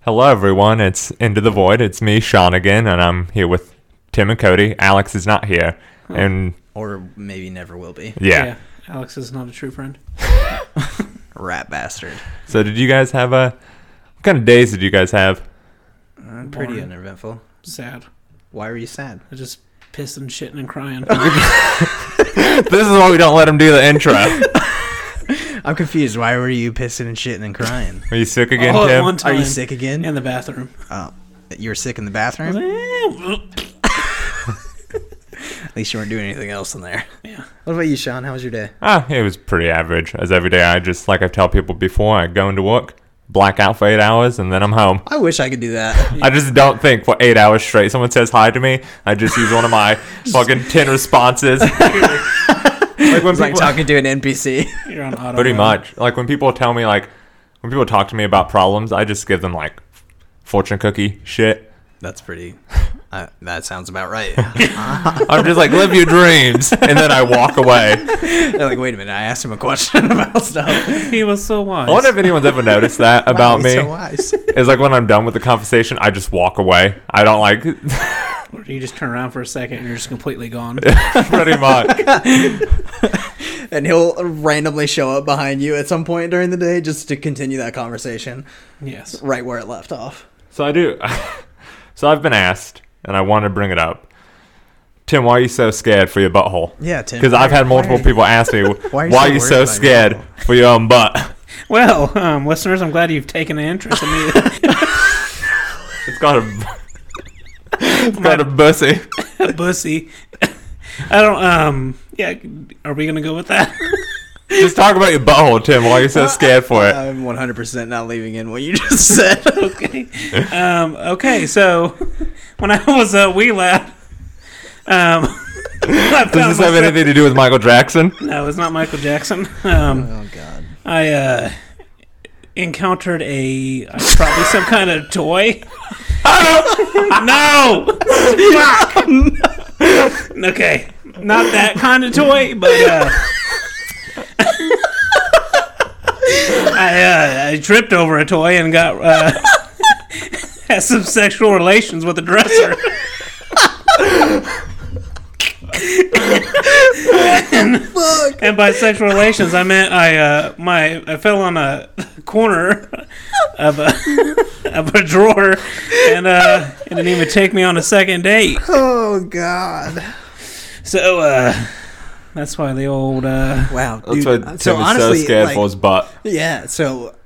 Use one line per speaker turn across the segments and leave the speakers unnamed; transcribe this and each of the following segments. Hello, everyone. It's Into the Void. It's me, Sean, again, and I'm here with Tim and Cody. Alex is not here. And
or maybe never will be.
yeah.
Alex is not a true friend.
Rat bastard.
So, did you guys have a. What kind of days did you guys have?
Uh, pretty
Boring.
uneventful.
Sad.
Why are you sad?
I just pissed and shitting and crying.
this is why we don't let him do the intro. Are
I'm confused. Why were you pissing and shitting and crying?
you sick again,
All at
Tim?
one
Are you
Time.
sick again?
in the bathroom.
Oh, you were sick in the bathroom.
yeah.
At least you weren't doing anything else in there. What about you, Sean? How was your day?
Ah, it was pretty average. As every day, I just, like I've told people before, I go into work, black out for eight hours, and then I'm home.
I wish I could do that.
I just don't think for eight hours straight. Someone says hi to me, I just use one of my fucking 10 responses. like when
It's like talking to an NPC.
You're on auto.
Uh,
pretty
mode.
much like when people tell me like when people talk to me about problems i just give them like fortune cookie shit
That's pretty. Uh, that sounds about right.
i'm just like live your dreams and then i walk away
They're like, wait a minute. I asked him a question about stuff.
He was so wise.
i wonder if anyone's ever noticed that about
He's
me
So wise.
it's like when i'm done with the conversation i just walk away i don't like
Or you just turn around for a second and you're just completely gone.
pretty much
And he'll randomly show up behind you at some point during the day just to continue that conversation
yes.
right where it left off.
so i do so i've been asked and i want to bring it up tim why are you so scared for your butthole
Yeah, Tim.
because i've had multiple people ask me why
are
are you
you so worried about
so
your
scared for your own butt
Well, um, listeners, I'm glad you've taken an interest in me.
it's got a it's got a bussy
Bussy. I don't. Um. Yeah. Are we gonna go with that?
Just talk about your butthole, Tim. Why are you so scared for it?
I'm 100% not leaving in what you just said.
okay. Um. Okay. So when I was a wee lad, um. I found
Does this have
myself-
anything to do with Michael Jackson?
No, it's not Michael Jackson. Um,
oh god.
I uh, encountered a uh, probably some kind of toy. no. Fuck. okay, not that kind of toy, but uh, I uh, I tripped over a toy and got uh, had some sexual relations with a dresser.
Fuck.
And by sexual relations, I meant I uh, my I fell on a corner of a of a drawer, and uh, it didn't even take me on a second date.
Oh god.
So uh, that's why the old uh,
Wow.
That's
dude.
why Tim
so
is
honestly,
so scared
like,
for his butt.
yeah. So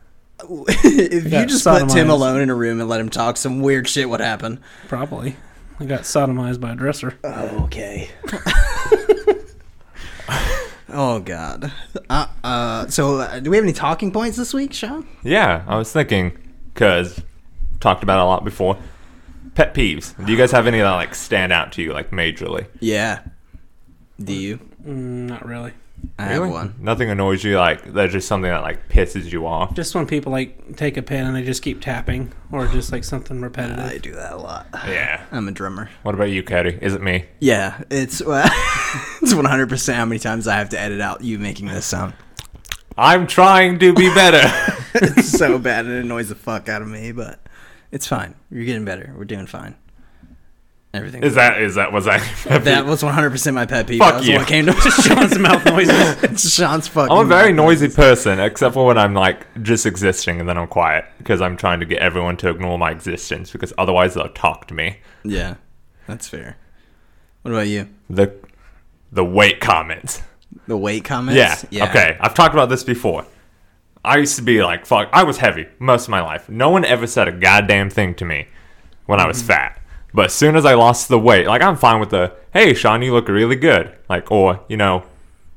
if you
got
just put Tim
sodomized.
alone in a room and let him talk, some weird shit would happen.
probably I got sodomized by a dresser.
Oh, okay. oh god. Uh, uh, so uh, do we have any talking points this week, Sean?
Yeah, I was thinking, because talked about it a lot before. Pet peeves. Do you guys have any that like stand out to you like majorly?
Yeah. Do you?
Mm, not really.
I
Really?
have one.
Nothing annoys you like that's just something that like pisses you off.
Just when people like take a pen and they just keep tapping, or just like something repetitive.
I do that a lot.
Yeah.
I'm a drummer.
What about you, Cody? Is it me?
Yeah, it's it's 100% how many times I have to edit out you making this sound.
I'm trying to be better.
It's so bad it annoys the fuck out of me, but it's fine. You're getting better. We're doing fine. Everything
is that is that was I?
that was 100% my pet peeve.
Fuck
that was
you.
What came to
Sean's mouth noises.
it's Sean's fucking.
I'm a very noisy person, except for when I'm like just existing and then I'm quiet because I'm trying to get everyone to ignore my existence because otherwise they'll talk to me.
Yeah, that's fair. What about you?
The the weight comments.
The weight
Yeah.
comments.
Okay. I've talked about this before. I used to be like, fuck, I was heavy most of my life. No one ever said a goddamn thing to me when I was fat. But as soon as I lost the weight, like I'm fine with the, hey, Sean, you look really good. Like, or, you know,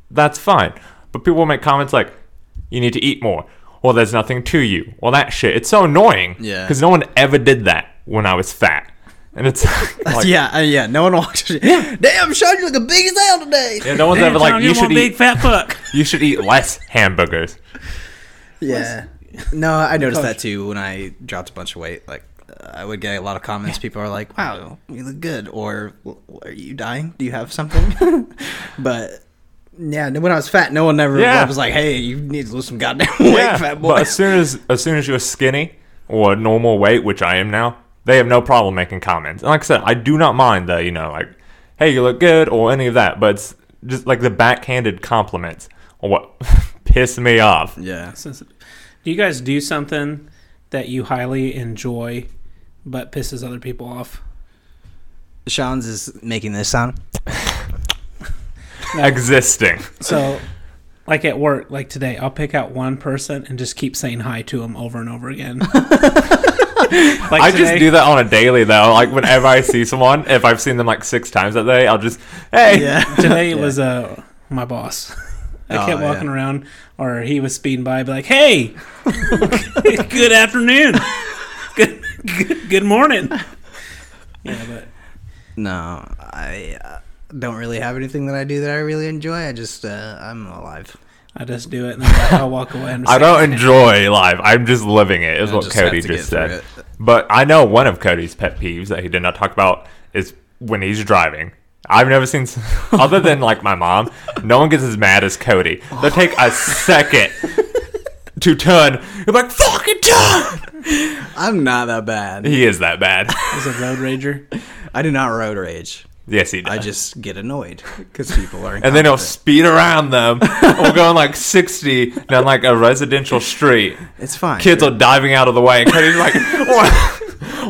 that's fine. But people will make comments like, you need to eat more. Or there's nothing to you. Well, that shit. It's so annoying.
Yeah.
Because no one ever did that when I was fat. And it's like,
yeah, uh, yeah. No one walked. Damn, Sean, you look big as hell today.
yeah, no one's ever like, you should,
one big
eat,
fat fuck.
you should eat less hamburgers.
Yeah. No, I noticed that too when I dropped a bunch of weight. Like, uh, I would get a lot of comments. People are like, "Wow, you look good," or "W- "Are you dying? Do you have something?" but yeah, no- when I was fat, no one ever
Yeah.
was like, "Hey, you need to lose some goddamn weight, fat boy."
But as soon as as soon as you're skinny, or normal weight, which I am now, they have no problem making comments. And like I said, I do not mind the, you know, like, hey, you look good or any of that, but it's just like the backhanded compliments or what piss me off.
Yeah.
Since- do you guys do something that you highly enjoy but pisses other people off?
Sean's is making this sound.
Existing.
So, like at work, like today, I'll pick out one person and just keep saying hi to them over and over again. like
I just do that on a daily though. Like whenever I see someone, if I've seen them like six times that day, I'll just hey.
Yeah.
Today it
Yeah.
was uh, my boss. I
Oh,
kept
yeah.
walking around, or he was speeding by, be like, "Hey, good afternoon, good, good, good morning." Yeah, but
No, I uh, don't really have anything that I do that I really enjoy. I just uh, I'm alive.
I just do it, and I'll, I'll walk away. And
I don't enjoy life. I'm just living it. Is
I
what
just have
Cody
to get
just
through
said.
it.
But I know one of Cody's pet peeves that he did not talk about is when he's driving. I've never seen, s- other than like my mom, no one gets as mad as Cody. They'll take a second to turn. You're like, fucking turn!
I'm not that bad.
He is that bad.
He's a road rager.
I do not road rage.
Yes, he does.
I just get annoyed because people are.
and then he'll
incompetent.
speed around them. We're going like 60 down like a residential street.
it's fine.
Kids are diving out of the way. And Cody's like, "What-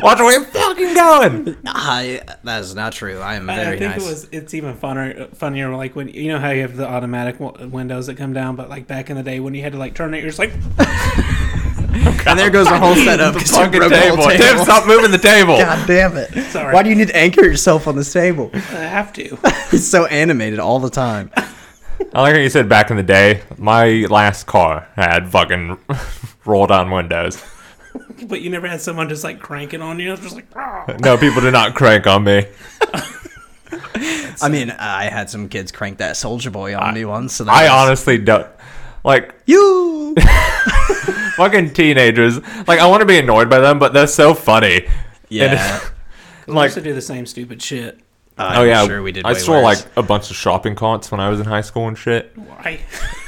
watch where you're fucking going.
I that is not true. I am
I-
very
I think
nice.
it was. It's even funner, funnier. Like when you know how you have the automatic w- windows that come down, but like back in the day when you had to like turn it, you're just like,
and there goes the whole setup.
The
'cause you
fucking
broke the whole
table. Tim, stop moving the table.
God damn it!
Sorry.
Why do you need to anchor yourself on this table?
I have to.
It's so animated all the time.
I like how you said back in the day, my last car had fucking roll down windows.
But you never had someone just like cranking on you. It's Just like, "Ah."
No, people did not crank on me.
I mean, I had some kids crank that Soldier Boy on me once. So that
I
was-
honestly don't. Like,
you.
fucking teenagers. Like, I want to be annoyed by them, but they're so funny.
yeah.
I
Like,
used to do the same stupid shit.
I'm
oh yeah,
sure we did.
I
way
stole
worse.
like a bunch of shopping carts when I was in high school and shit.
Why?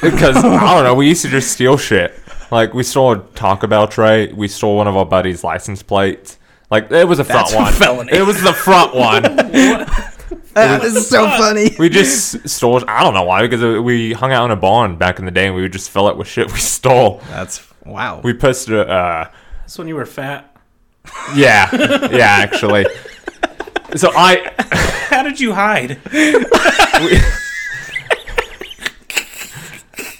Because I don't know, we used to just steal shit. Like we stole a Taco Bell tray. We stole one of our buddies' license plates. Like it was a front
That's a
one.
felony.
It was the front one.
that is so funny.
we just stole. I don't know why. Because we hung out in a barn back in the day, and we would just fill it with shit we stole.
That's wow.
We posted a. Uh,
That's when you were fat.
yeah, yeah, actually. So I
How did you hide?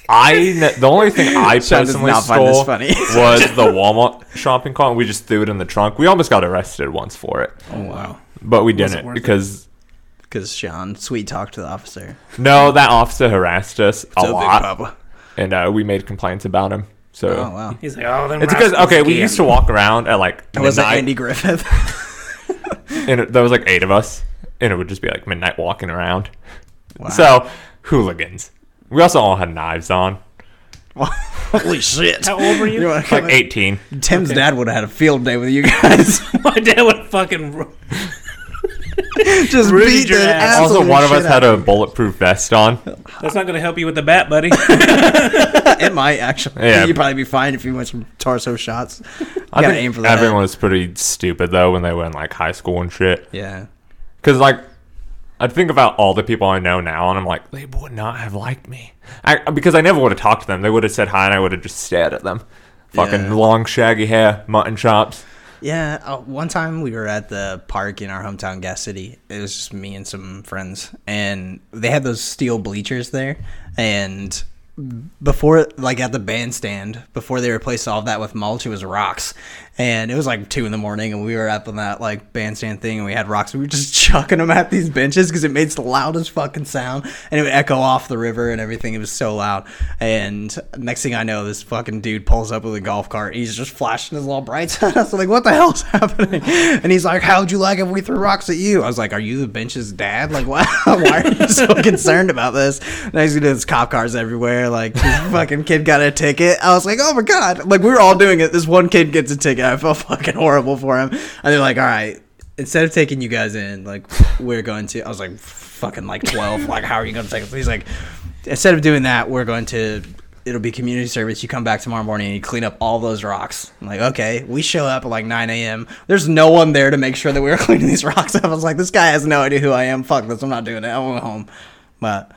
I kn- the only thing I
Sean does
personally
not find this
stole
funny.
was the Walmart shopping cart. We just threw it in the trunk. We almost got arrested once for it,
oh wow.
but we
Wasn't
didn't
worth it.
because
Because Sean sweet talked to the officer.
no, that officer harassed us a
So
lot,
problem.
and uh, we made complaints about him. So
Oh wow.
He's like, oh, then
it's because okay, we used to walk around at like
It was
midnight,
Andy Griffith.
and it, there was like eight of us, and it would just be like midnight walking around.
Wow.
So hooligans. We also all had knives on,
Holy shit.
How old were you?
wanna
like
come in?
eighteen.
Tim's dad would have had a field day with you guys.
My dad would fucking. ro-
Just
Rooted
beat
your
the
ass.
ass.
Also, one of us had a bulletproof vest on.
That's not going to help you with the bat, buddy.
a. It might actually.
Yeah.
You'd probably be fine if you went some torso shots.
I
gotta
think
aim for the
everyone
head.
was pretty stupid though when they were in like high school and shit.
Yeah.
Because like, I think about all the people I know now, and I'm like, they would not have liked me. I, because I never would have talked to them. They would have said hi, and I would have just stared at them. Fucking
Yeah.
long shaggy hair, mutton chops.
Yeah, uh, one time we were at the park in our hometown, Gas City. It was just me and some friends, and they had those steel bleachers there. And before, like at the bandstand, before they replaced all of that with mulch, it was rocks. And it was like two in the morning, and we were up on that like bandstand thing, and we had rocks. We were just chucking them at these benches because it made the loudest fucking sound, and it would echo off the river and everything. It was so loud. And next thing I know, this fucking dude pulls up with a golf cart. He's just flashing his little brights at us. I'm like, what the hell's happening? And he's like, how'd you like if we threw rocks at you? I was like, are you the bench's dad? Like, why, why are you so concerned about this? Next thing you know, there's cop cars everywhere. Like, this fucking kid got a ticket. I was like, oh my God. Like, we were all doing it. This one kid gets a ticket. I felt fucking horrible for him. And they're like, all right instead of taking you guys in, like we're going to. I was like, fucking like twelve. Like, how are you going to take us? He's like, instead of doing that, we're going to it'll be community service. You come back tomorrow morning and you clean up all those rocks. I'm like, okay, we show up at like 9 a.m. There's no one there to make sure that we were cleaning these rocks up. I was like, this guy has no idea who I am. Fuck this. I'm not doing it. I went home. But I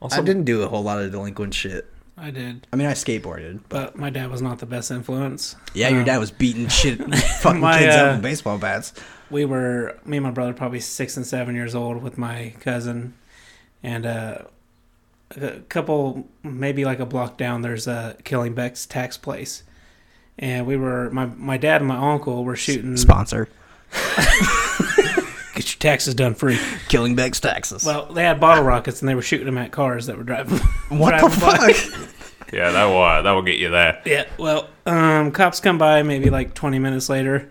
Also-
didn't do a whole lot of delinquent shit.
I did,
I mean, I skateboarded.
but my dad was not the best influence.
Yeah, your
Um,
dad was beating shit, fucking
My,
kids
uh,
up with baseball bats.
we were me and my brother probably six and seven years old with my cousin and uh, a couple maybe like a block down there's a killing beck's tax place and we were my, my dad and my uncle were shooting
Sponsor
get your taxes done free
Killing Beck's taxes.
well they had bottle rockets and they were shooting them at cars that were driving
what the
driving by.
fuck?
Yeah, that will that will get you there.
Yeah, well, um, cops come by maybe like 20 minutes later.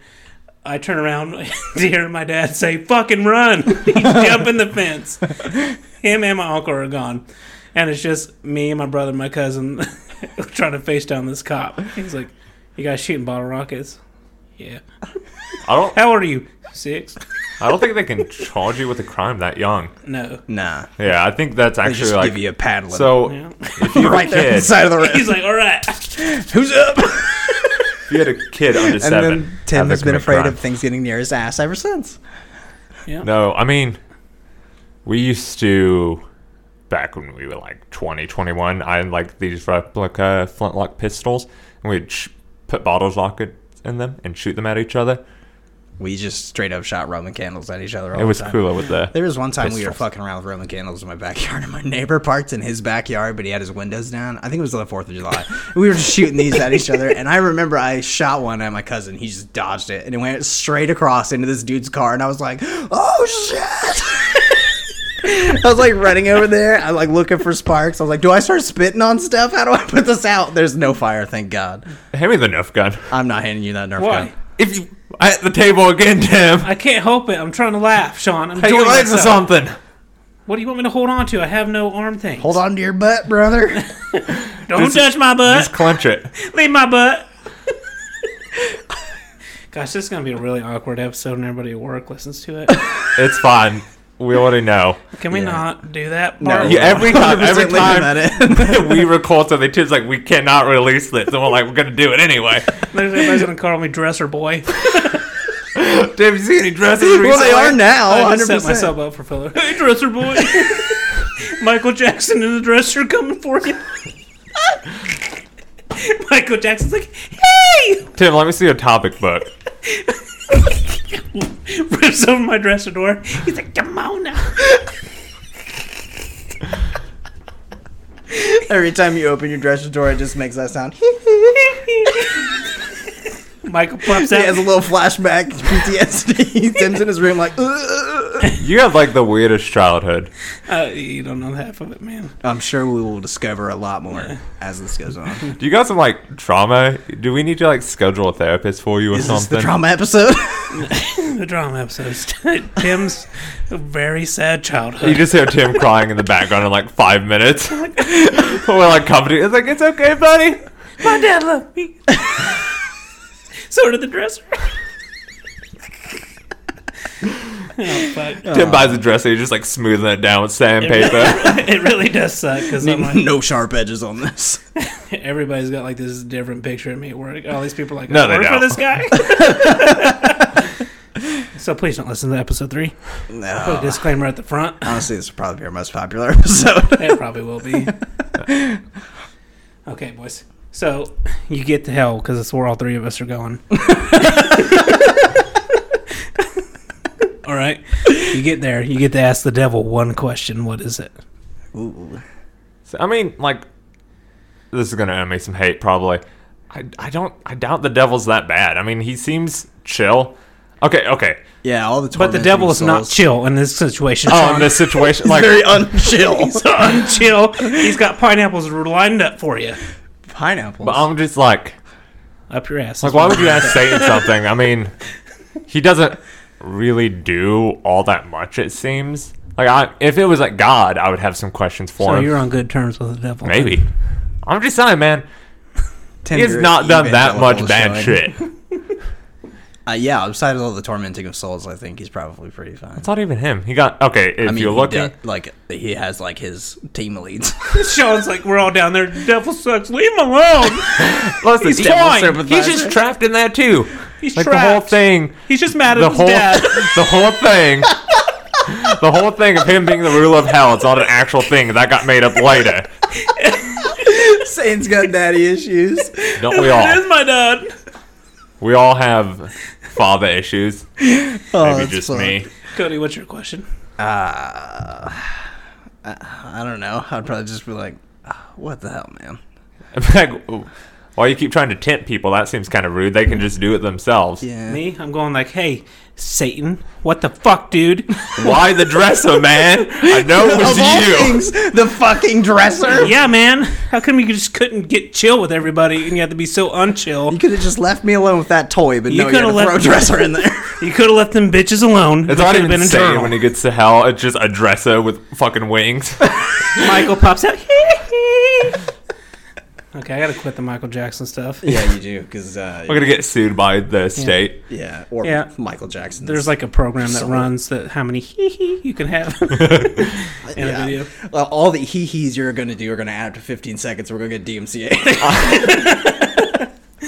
I turn around to hear my dad say, fucking run. He's jumping the fence. Him and my uncle are gone. And it's just me and my brother and my cousin trying to face down this cop. He's like, you guys shooting bottle rockets? Yeah.
I don't
How old are you? Six?
I don't think they can charge you with a crime that young.
No.
Nah,
Yeah, I think that's
they
actually
just
like
give you a paddle.
so
Yeah.
if you
right
right
there
kid,
inside of the
He's
room.
like, all right.
Who's up?
if you had a kid under
And
seven,
then Tim
have
has
them
been
commit
afraid
crime.
of things getting near his ass ever since.
Yeah.
No, I mean, we used to back when we were like 20, 21. I had like these replica flintlock pistols, and we'd sh- put bottles rockets in them and shoot them at each other.
We just straight up shot Roman candles at each other. All
It was
the time.
cooler with the.
There was one time we were
Pistols.
fucking around with Roman candles in my backyard, and my neighbor parked in his backyard, but he had his windows down. I think it was on the Fourth of July. we were just shooting these at each other, and I remember I shot one at my cousin. He just dodged it, and it went straight across into this dude's car, and I was like, "Oh shit!" I was like running over there. I like looking for sparks. I was like, "Do I start spitting on stuff? How do I put this out?" There's no fire, thank God.
Hand me the Nerf gun.
I'm not handing you that Nerf
Why?
gun.
If you at the table again, Tim,
I can't help it. I'm trying to laugh, Sean. I'm
hey,
enjoying
your legs or
myself.
something.
What do you want me to hold on to? I have no arm thing.
Hold on to your butt, brother.
Don't touch my butt.
Just clench it.
Leave my butt. Gosh, this is gonna be a really awkward episode, and everybody at work listens to it.
It's fine. We already know.
Can we
Yeah.
not do that?
No.
Bart?
Yeah, every time, every
100% leave him at it.
time we record something, Tim's like, we cannot release this. And we're like, we're going to do it anyway.
There's everybody's gonna call me dresser boy.
Tim, you see any dresses recently?
well, they are now,
I
100.
just set
percent
myself up for filler. Hey, dresser boy. Michael Jackson in the dresser coming for you. Michael Jackson's like, hey!
Tim, let me see your topic book.
Rips open my dresser door. He's like, come on now.
Every time you open your dresser door, it just makes that sound.
Michael pops
he has
out.
a little flashback PTSD. Tim's in his room like, "Ugh."
You had like the weirdest childhood.
Uh, you don't know half of it, man.
I'm sure we will discover a lot more as this goes on.
Do you got some like trauma? Do we need to like schedule a therapist for you or
Is this
something?
the trauma episode?
The drama episodes. Tim's very sad
You
childhood.
just hear Tim crying in the background in like five minutes. We're like comforting. It's like it's okay, buddy.
My dad loved me. so did the dresser. oh, fuck.
Tim buys a dresser. He's just like smoothing it down with sandpaper.
it really does suck because like,
no sharp edges on this.
everybody's got like this different picture of me at work. All these people are like,
No,
I
they
work
don't.
for this guy. so please don't listen to episode three. Put a
No.
disclaimer at the front.
Honestly, this will probably be our most popular episode.
It probably will be. okay, boys. So you get to hell because it's where all three of us are going. all right. You get there. You get to ask the devil one question. What is it?
Ooh.
So, I mean, like this is gonna earn me some hate probably. I, I don't I doubt the devil's that bad. I mean, he seems chill. Okay, okay.
Yeah, all the
But the devil is not chill in this situation.
Oh,
Sean.
in this situation,
Like,
like
very unchill.
He's unchill. He's got pineapples lined up for you.
Pineapples.
but I'm just like.
Up your ass.
Like, why would you ask Satan something? I mean, he doesn't really do all that much. It seems like I, if it was like God, I would have some questions for
So
him.
you're on good terms with the devil.
Maybe. I'm just saying, man.
Tim,
He's
you're
not done that
evangelical
much bad
showing.
shit.
Uh, yeah, outside of all the tormenting of souls, I think he's probably pretty fine.
It's not even him. He got okay. If
I mean,
you're
he
looking,
did- like he has like his team leads.
Sean's like, we're all down there. Devil sucks. Leave him alone.
listen,
he's
he's,
devil
fine. he's
sympathizer.
just trapped in that too.
He's
like
trapped.
the whole thing.
He's just mad at
the
his
whole
dad.
the whole thing the whole thing of him being the ruler of hell it's not an actual thing that got made up later
Sane's got daddy issues.
don't we
It is
all
my dad.
we all have father issues
Oh,
maybe
that's
just
fun.
me
Cody, what's your question?
Uh, I, I don't know. I'd probably just be like, "Ah, what the hell, man?
I'm like "Ooh, why you keep trying to tempt people that seems kind of rude they can just do it themselves
Yeah.
Me? I'm going like, hey, Satan, what the fuck, dude?
why the dresser man i know it was
of all
you
things, the fucking dresser.
yeah, man. How come you just couldn't get chill with everybody and you had to be so
You
unchill?
could have just left me alone with that toy, but
You
no, you had to
coulda left-
throw a dresser in there.
You could have left them bitches alone.
it's
They
not
could've
even
in
Satan
trouble.
when he gets to hell. It's just a dresser with fucking wings.
Michael pops out. okay, I gotta quit the Michael Jackson stuff.
yeah, you do, because uh,
We're gonna get sued by the state.
yeah, or
Yeah.
Michael Jackson.
There's like a program that
So-
runs that how many hee hee you can have in a video.
Well, all the hee hees you're gonna do are gonna add up to 15 seconds. We're gonna get DMCA.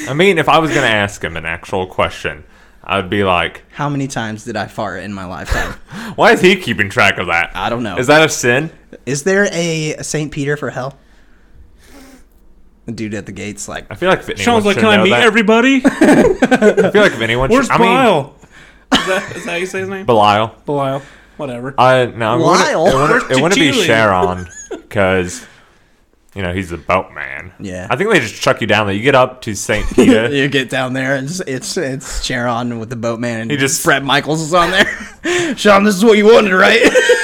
I mean, if I was gonna ask him an actual question, I'd be like,
How many times did I fart in my lifetime?
Why is he keeping track of that?
I don't know.
Is that a sin?
Is there a, Saint Peter for hell? The dude at the gates, like,
I feel like if anyone
Sean's like,
should
can I
know
meet
that-
everybody?
I feel like if anyone
Where's
should, I mean,
Belial? Is that, is that how you say his name?
Belial.
Belial. Whatever.
I no, it wouldn't-
Lyle?
It wouldn't,
Where's
it wouldn't be
Tertullian?
Sharon because you know he's a boatman.
Yeah.
I think they just chuck you down there. You get up to Saint Peter.
you get down there, it's it's it's Sharon with the boatman, and
He just-
Brett Michaels is on there. Sean, this is what you wanted, right?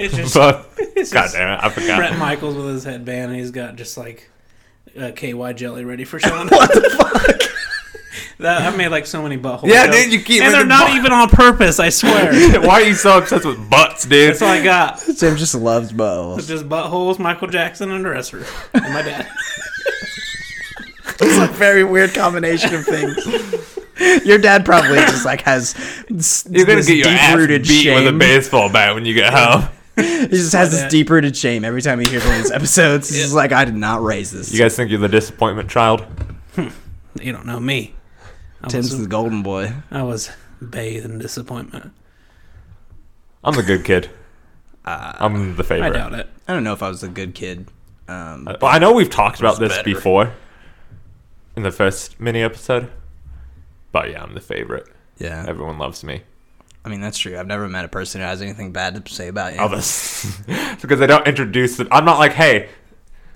It's just
but God
just
damn it, I forgot.
Brett Michaels with his headband, and he's got just like uh, KY jelly ready for Sean.
what the fuck?
that, I've made like so many buttholes.
Yeah, dude, you keep
and they're
making
not
butt-
even on purpose. I swear.
Why are you so obsessed with butts, dude?
That's all I got.
Tim just loves bows.
Just buttholes, Michael Jackson, and dresser, and my dad.
It's a very weird combination of things. Your dad probably just like has s-
You're gonna
this
get your ass
deep-rooted
beat with a baseball bat when you get home.
He just has this
that.
deep rooted shame every time he hears one of these episodes. He's like, I did not raise this.
You guys think you're the disappointment child?
You don't know me. I
Tim's
was,
the golden boy.
I was bathed in disappointment.
I'm the good kid. I'm the favorite.
Uh, I doubt it.
I don't know if I was a good kid. Um,
Well, I know we've talked about this
better.
before in the first mini episode, but yeah, I'm the favorite.
yeah.
Everyone loves me.
I mean, that's true. I've never met a person who has anything bad to say about you.
Others, because they don't introduce them. I'm not like, hey,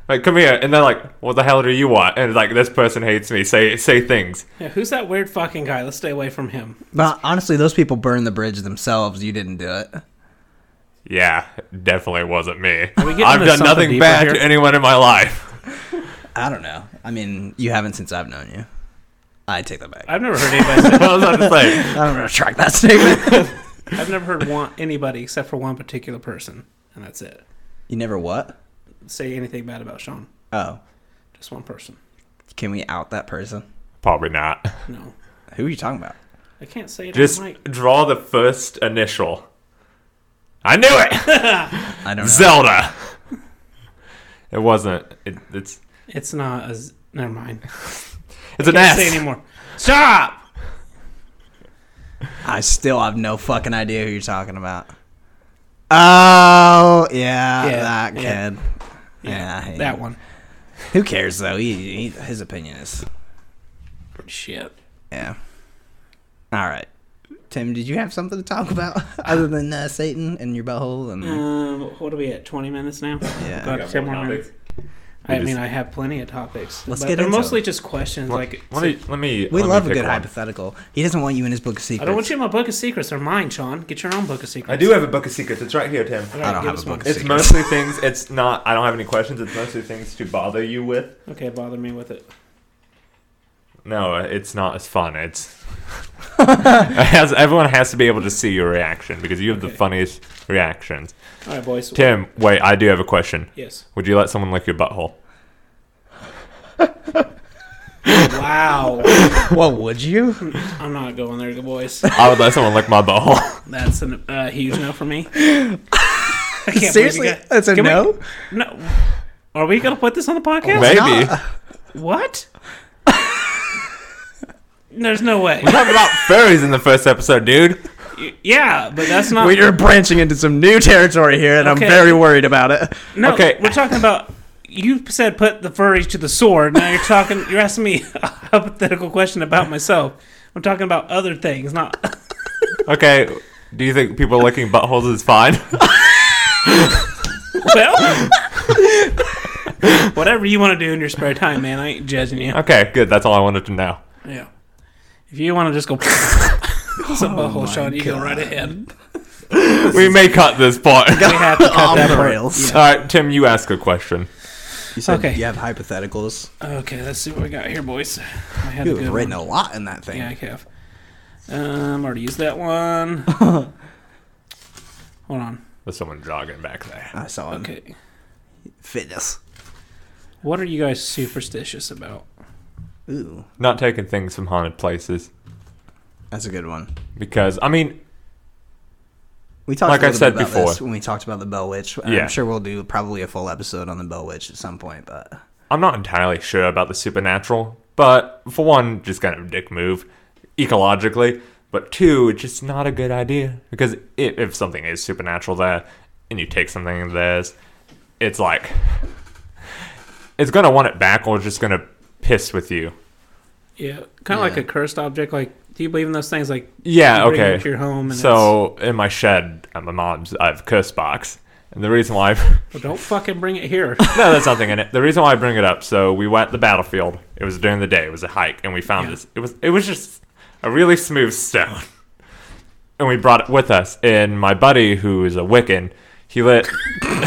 like come here, and they're like, what the hell do you want? And it's like, this person hates me. Say say things.
Yeah, who's that weird fucking guy? Let's stay away from him.
But honestly, those people burned the bridge themselves. You didn't do it.
Yeah, definitely wasn't me.
we getting
I've done
into something
nothing
deeper
bad
here?
to anyone in my life.
I don't know. I mean, you haven't since I've known you. I take that back. I,
I've never heard anybody. Say,
I was about to say,
don't retract that statement.
I've never heard one, anybody except for one particular person, and that's it.
you never what?
Say anything bad about Sean.
Oh,
Just one person.
can we out that person?
probably not.
No,
Who are you talking about?
I can't say it.
Just
on mic.
draw the first initial. I knew it.
I don't know.
Zelda. It wasn't. It, it's
It's not as. Never mind.
it's an S.
Can't say anymore. Stop.
I still have no fucking idea who you're talking about. Oh yeah,
Yeah,
that kid.
yeah.
Yeah, I hate
that
him.
one.
Who cares though? He, he, his opinion is
Shit.
yeah. All right, Tim. Did you have something to talk about other than uh, Satan and your butthole? And
Um, what are we at? Twenty minutes now.
Mm-hmm. Yeah.
About
got
10
more
more
topics.
minutes. I
just-
mean, I have plenty of topics.
Let's
but
get
they're
into
mostly
them.
just questions. like,
Let me. Let me
we
let me
love a
pick
good
one.
hypothetical. He doesn't want you in his book of secrets.
I don't want you in my book of secrets. They're mine, Sean. Get your own book of secrets.
I do have a book of secrets. It's right here, Tim.
All
I don't
give
have
us
a
one.
book of
It's mostly things. It's not. I don't have any questions. It's mostly things to bother you with.
Okay, bother me with it.
No, it's not as fun. It's. it has, everyone has to be able to see your reaction because you have the
Okay.
funniest reactions.
All right, boys.
Tim, wait, I do have a question.
Yes.
Would you let someone lick your butthole?
Wow.
Well, would you?
I'm not going there, boys.
I would let someone lick my butthole.
That's a uh, huge no for me. I can't believe you
Seriously?
got-
That's a
Can we-
no?
no. Are we gonna put this on the podcast?
Maybe.
What? There's no way.
Talk about furries in the first episode, dude.
Y- Yeah, but that's not.
We are branching into some new territory here, and
Okay.
I'm very worried about it.
no,
okay.
we're talking about. You said put the furries to the sword. Now you're talking. You're asking me a hypothetical question about myself. I'm talking about other things, not.
Okay, do you think people licking buttholes is fine?
Well, whatever you want to do in your spare time, man. I ain't judging you.
Okay, good. That's all I wanted to know.
Yeah. If you want to just go. Some butthole shot, you go right ahead.
We may cut this part.
We have to cut
On
that
the
part.
rails.
All right, Tim, you ask a question.
You said
Okay.
you have hypotheticals.
Okay, let's see what we got here, boys. I had a
You've
good one.
written a lot in that thing.
Yeah, I have. Um, already used that one. Hold on.
There's someone jogging back there.
I saw him.
Okay.
Fitness.
What are you guys superstitious about?
Ooh,
Not taking things from haunted places
that's a good one.
because I mean,
We talked
Like
a
I
little
said
bit about
before.
this when we talked about the Bell Witch.
Yeah.
I'm sure we'll do probably a full episode on the Bell Witch at some point, but
I'm not entirely sure about the supernatural, but for one, just kind of a dick move ecologically, but two, it's just not a good idea because if, if something is supernatural there and you take something of theirs, it's like it's gonna want it back or it's just gonna piss with you.
Yeah, kind of like
Yeah.
a cursed object. Like, do you believe in those things? Like,
Yeah,
you bring it
okay.
to your home. And
So in my shed at my mom's, I have a curse box, and the reason why I've
it's- well, don't fucking bring it here.
no, there's nothing in it. The reason why I bring it up, so we went to the battlefield. It was during the day. It was a hike, and we found
Yeah.
this. It was it was just a really smooth stone, and we brought it with us. And my buddy, who is a Wiccan, he lit.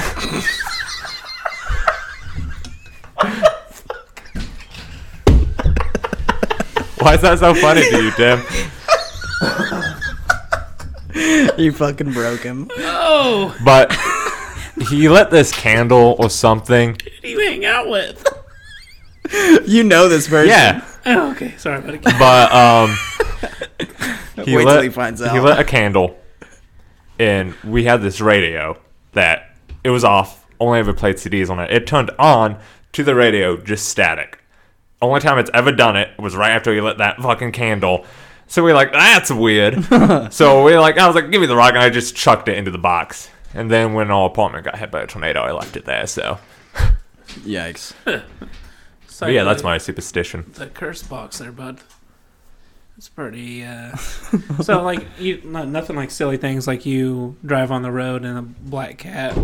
Why is that so funny to you, Tim?
you fucking broke him.
oh,
But he lit this candle or something.
who do you hang out with?
You know this version.
Yeah.
Oh, okay, sorry about it.
But um,
Wait till he finds out.
He lit a candle, and we had this radio that it was off. Only ever played CDs on it. It turned on to the radio, just static. Only time it's ever done it was right after he lit that fucking candle. So we like, that's weird. so we like, I was like, give me the rock, and I just chucked it into the box. And then when our apartment got hit by a tornado, I left it there. So
Yikes.
It's
but
like
yeah, that's
the-
my superstition.
the curse box there, bud. It's pretty. Uh... so like you, no, nothing like silly things like you drive on the road and a black cat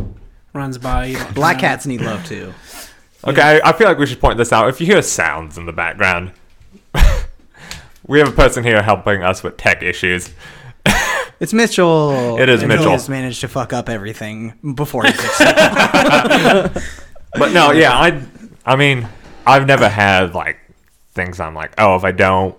runs by. You don't
Black
know.
cats need love too.
Okay, I, I feel like we should point this out. If you hear sounds in the background, we have a person here helping us with tech issues.
It's Mitchell.
It is
and
Mitchell.
He has managed to fuck up everything before he fixed it.
But no, yeah, I, I mean, I've never had like things I'm like, oh, if I don't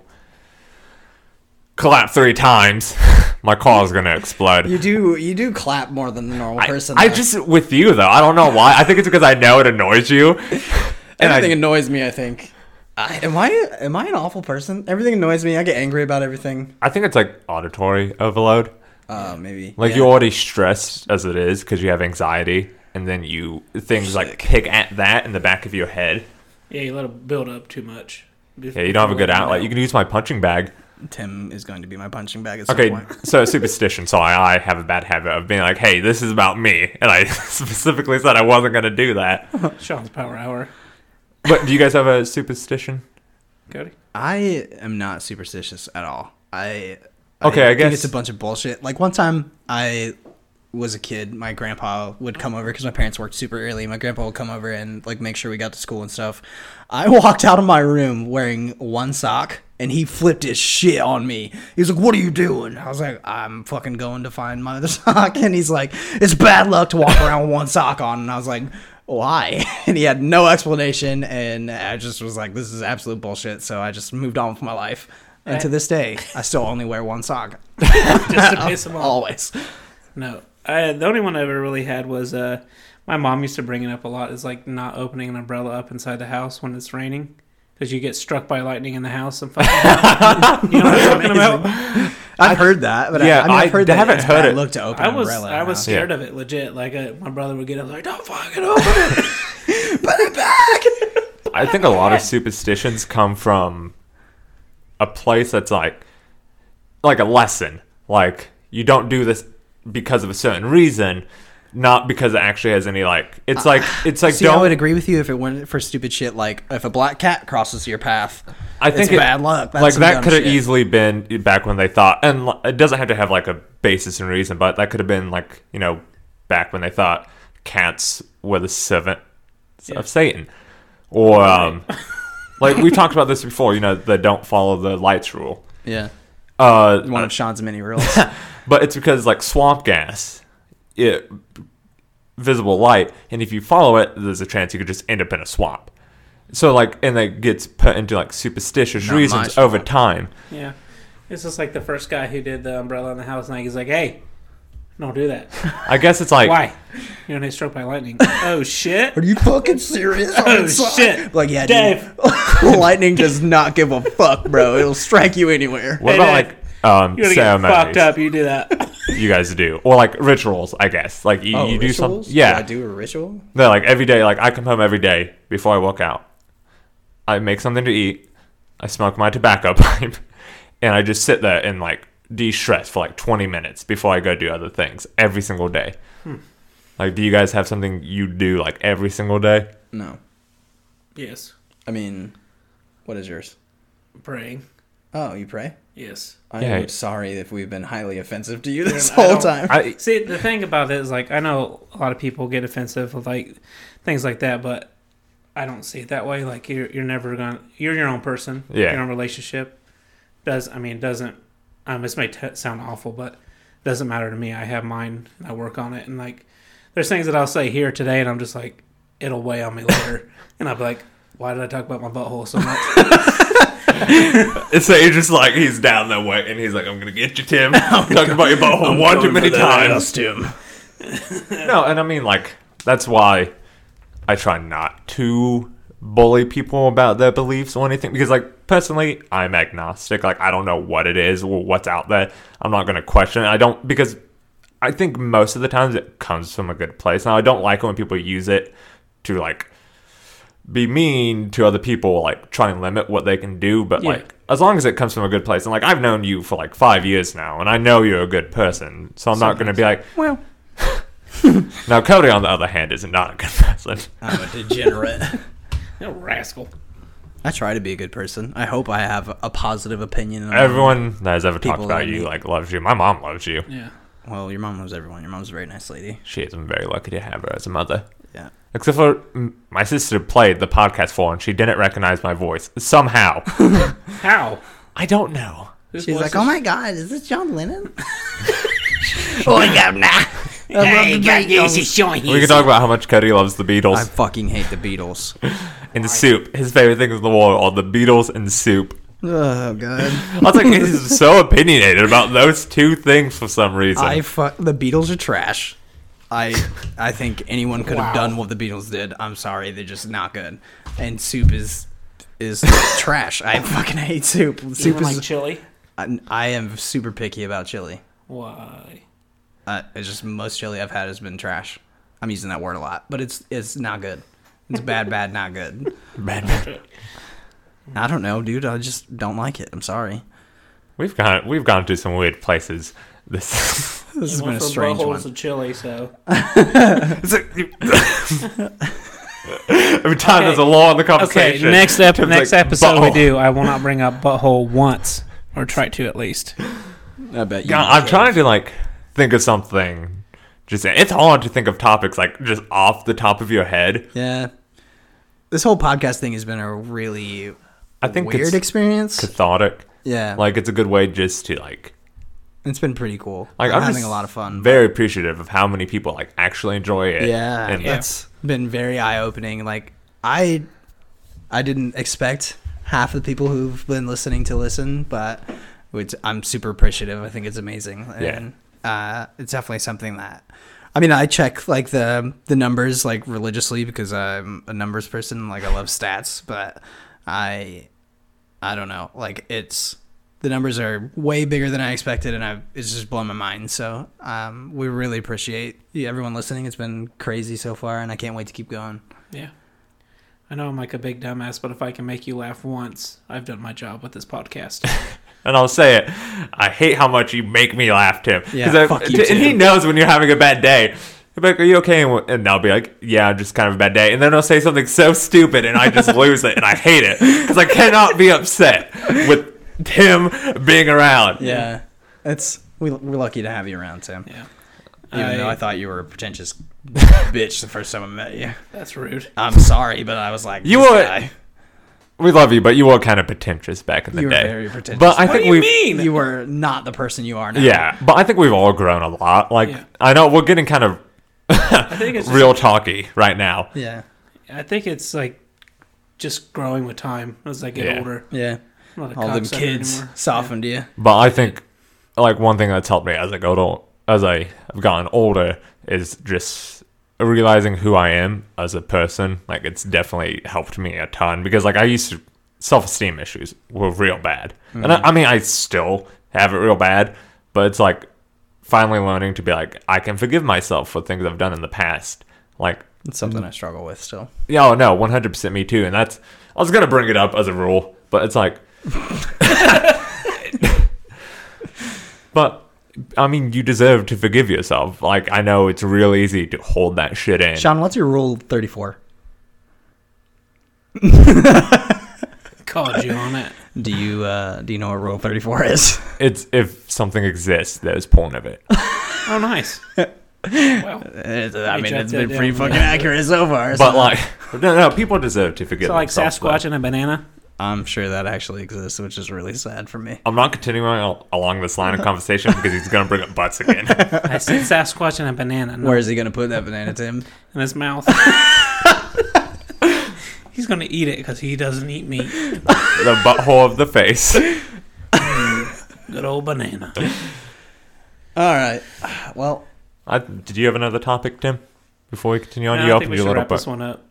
clap three times, my car's gonna explode.
You do you do clap more than the normal
I,
person.
I
though.
just with you though, I don't know why. I think it's because I know it annoys you. And
everything
I,
annoys me. I think. I, am I am I an awful person? Everything annoys me. I get angry about everything.
I think it's like auditory overload.
Uh, maybe
Like
yeah.
you're already stressed as it is because you have anxiety, and then you things like pick at that in the back of your head.
Yeah, you let it build up too much.
Yeah, you don't have a good outlet. You can use my punching bag.
Tim is going to be my punching bag at some
Okay,
point.
so superstition. So I, I have a bad habit of being like, "Hey, this is about me," and I specifically said I wasn't gonna do that.
Sean's power hour,
But do you guys have a superstition?
Cody.
I am not superstitious at all. I
Okay, I
think
guess-
it's a bunch of bullshit. Like one time I was a kid, my grandpa would come over because my parents worked super early. My grandpa would come over and like make sure we got to school and stuff. I walked out of my room wearing one sock and he flipped his shit on me. He was like, "What are you doing?" I was like, "I'm fucking going to find my other sock." And he's like, "It's bad luck to walk around with one sock on." And I was like, why? And he had no explanation. And I just was like, this is absolute bullshit. So I just moved on with my life. And to this day, I still only wear one sock.
Just to piss him
Oh.
off.
Always.
No, I, the only one I ever really had was uh, my mom used to bring it up a lot. Is like not opening an umbrella up inside the house when it's raining. 'Cause because you get struck by lightning in the house and fucking. you know what I'm talking about?
I've heard that, but
Yeah,
I, I, mean,
I
I've heard that
haven't
it's
heard
bad
it.
Look to open
I was
umbrella.
I was
Yeah.
scared of it legit. Like uh, my brother would get up like, "Don't fucking open it."
I think a lot of superstitions come from a place that's like like a lesson. Like you don't do this because of a certain reason, not because it actually has any like it's like it's like
See, I
don't
would agree with Uh, you if it weren't for stupid shit like if a black cat crosses your path.
I think
it's
it-
bad luck. That's
like
some
that
dumb
could have
shit.
easily been back when they thought, and l- it doesn't have to have like a basis in reason, but that could have been like you know back when they thought cats were the servant of Satan, or um, like we talked about this before. You know, they don't follow the lights rule.
Yeah,
Uh,
one of Sean's many rules.
but it's because like swamp gas, it visible light, and if you follow it, there's a chance you could just end up in a swamp. So like, and that gets put into like superstitious
Not my
reasons over
swamp.
time.
yeah, it's just like the first guy who did the umbrella in the house, and like, he's like, "Hey, don't do that."
I guess it's like
Why? You know, they struck by lightning. oh shit!
Are you fucking serious?
Oh
It's like-
shit!
Like yeah,
Dave.
dude. Lightning does not give a fuck, bro. It'll strike you anywhere.
What
Hey,
about
Dad,
like um,
You're gonna get fucked
ceremonies
up. You do that.
you guys do, or like rituals? I guess like you, you do something. Yeah,
I Oh, do a ritual.
no, like every day. Like I come home every day before I walk out. I make something to eat. I smoke my tobacco pipe, and I just sit there and like de-stress for like 20 minutes before I go do other things every single day.
Hmm.
Like, do you guys have something you do like every single day?
No,
yes,
I mean, what is yours?
praying.
Oh, you pray.
Yes.
I'm
Yeah.
sorry if we've been highly offensive to you this
I
whole
don't-
time.
I
See, the thing about it is, like, I know a lot of people get offensive with like things like that, but I don't see it that way. Like, you're you're never gonna you're your own person.
Yeah.
Your own relationship does. I mean, doesn't. Um, this may t- sound awful, but it doesn't matter to me. I have mine. and I work on it, and like, there's things that I'll say here today, and I'm just like, it'll weigh on me later, and I'll be like, why did I talk about my butthole so much?
And so you're just like he's down that way, and he's like, "I'm gonna get you, Tim. Talking about your butthole one too many times." No, and I mean like that's why I try not to bully people about their beliefs or anything because like personally I'm agnostic. Like I don't know what it is or what's out there. I'm not gonna question it. I don't because I think most of the times it comes from a good place. Now I don't like it when people use it to like be mean to other people, like try and limit what they can do, but
Yeah.
like as long as it comes from a good place. And like I've known you for like five years now and I know you're a good person. So I'm not gonna be like
well,
now, Cody, on the other hand, is not a good person.
I'm a degenerate.
you rascal.
I try to be a good person. I hope I have a positive opinion. on-
Everyone that has ever talked
People
about
I
you
meet.
like loves you. My mom loves you.
Yeah.
Well, your mom loves everyone. Your mom's a very nice lady.
She is very lucky to have her as a mother.
Yeah.
Except for mm, my sister played the podcast for, and she didn't recognize my voice somehow.
How?
I don't know.
This
She's
voice
like,
is-
oh my god, is this John Lennon? oh yeah, nah. I, love the Beatles.
We can talk about how much Cody loves the Beatles
I fucking hate the Beatles.
and soup. His favorite thing is the war are the Beatles and soup.
Oh god.
I was like, he's so opinionated about those two things for some reason.
I fuck the Beatles are trash. I I think anyone could have done what the Beatles did. I'm sorry, they're just not good. And soup is is trash. I fucking hate soup. Soup
Even
is.
like chili.
I, I am super picky about chili.
Why?
Uh, it's just most chili I've had has been trash. I'm using that word a lot, but it's it's not good. It's bad, bad, not good.
Man,
I don't know, dude. I just don't like it. I'm sorry.
we've gone we've gone to some weird places. This
This has
It
been
went
a
from
strange
buttholes
one.
to chili, so
It's like- Every time there's a law in the
okay.
conversation.
Next ep-
Tim's
next
like,
episode we
"Butthole."
do. I will not bring up butthole once, or try to at least.
I bet you.
God, I'm trying to like think of something. Just it's hard to think of topics like just off the top of your head.
Yeah. This whole podcast thing has been a really
I think
weird
it's
experience.
cathartic.
Yeah,
Like it's a good way just to like.
it's been pretty cool.
Like
I'm,
I'm,
having
just
a lot of fun.
Very appreciative of how many people like actually enjoy it.
yeah,
and
it's been very eye opening. Like I, I didn't expect half of the people who've been listening to listen, but which I'm super appreciative. I think it's amazing. And, uh, it's definitely something that. I mean, I check like the the numbers like religiously because I'm a numbers person. Like I love stats, but I I don't know. Like it's the numbers are way bigger than I expected, and I've, it's just blown my mind. So um, we really appreciate you, everyone listening. It's been crazy so far, and I can't wait to keep going.
Yeah. I know I'm like a big dumbass, but if I can make you laugh once, I've done my job with this podcast.
And I'll say it. I hate how much you make me laugh, Tim. 'Cause
Yeah,
I-
fuck you,
And he
Tim.
knows when you're having a bad day. He'll be like, "Are you okay?" And, we- and I'll be like, "Yeah, just kind of a bad day." And then I'll say something so stupid, and I just lose it, and I hate it because I cannot be upset with Tim being around.
Yeah, it's we, we're lucky to have you around, Tim.
Yeah.
Even
I-
though I thought you were a pretentious bitch the first time I met you.
That's rude.
I'm sorry, but I was like,
You
this
were-
guy.
We love you, but you were kind of pretentious back in the
You were
day.
very pretentious.
But I
What
think
do you
we
mean?
You were not the person you are now.
Yeah, but I think we've all grown a lot. Like
Yeah.
I know we're getting kind of
I think it's just-
real talky right now.
yeah,
I think it's like just growing with time as I get
Yeah.
older.
yeah.
I'm not a
All them
cocksucker
kids
anymore.
softened you.
But I think like one thing that's helped me as I go to as I have gotten older is just realizing who I am as a person. Like it's definitely helped me a ton because like I used to self esteem issues were real bad, and I, I mean I still have it real bad, but it's like finally learning to be like I can forgive myself for things I've done in the past. Like
It's something I struggle with still.
Yeah, oh no, one hundred percent me too. And that's I was gonna bring it up as a rule, but it's like, but I mean, you deserve to forgive yourself. Like I know it's real easy to hold that shit in.
Sean, what's your rule 34?
Called you on it.
Do you uh, do you know what rule 34 is?
It's if something exists, there's porn of it.
Oh, nice. Wow.
I mean,
jot
it's
that
been pretty
down.
fucking accurate so far.
But
so-
like, no, no, people deserve to forgive.
So like
themselves, though.
Sasquatch and a banana.
I'm sure that actually exists, which is really sad for me.
I'm not continuing al- along this line of conversation because he's gonna bring up butts again.
I said Sasquatch and a banana. not
Where is he gonna put that banana, Tim?
in his mouth. He's gonna eat it because he doesn't eat meat.
the butthole of the face.
Good old banana.
All right. Well,
I, did you have another topic, Tim? Before we continue on,
No,
you
I think
opened
we
your
should
little
wrap
book.
this one up.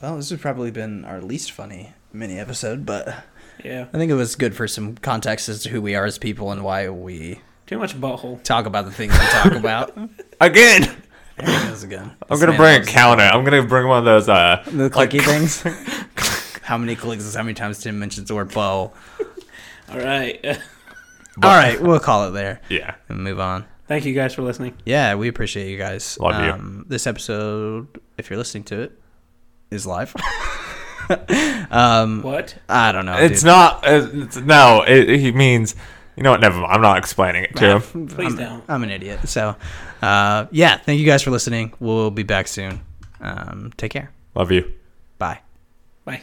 well, this has probably been our least funny mini episode, but
Yeah,
I think it was good for some context as to who we are as people and why we
too much butthole.
talk about the things we talk about. There
Again.
it goes again.
I'm
This
gonna
man
bring a
loves
counter. I'm gonna bring one of those. Uh,
the
like-
clicky things. how many clicks is how many times Tim mentions the word bow?
All right.
All right, we'll call it there
yeah,
and move on.
Thank you guys for listening.
Yeah, we appreciate you guys.
Love you.
you. This episode, if you're listening to it, is live. um,
What?
I don't know.
it's not. It's, no, it, he means. You know what? Never mind. I'm not explaining it to him.
not.
Please
I'm,
don't.
I'm an idiot. So, uh, yeah, thank you guys for listening. We'll be back soon. Um, take care.
Love you.
Bye.
Bye.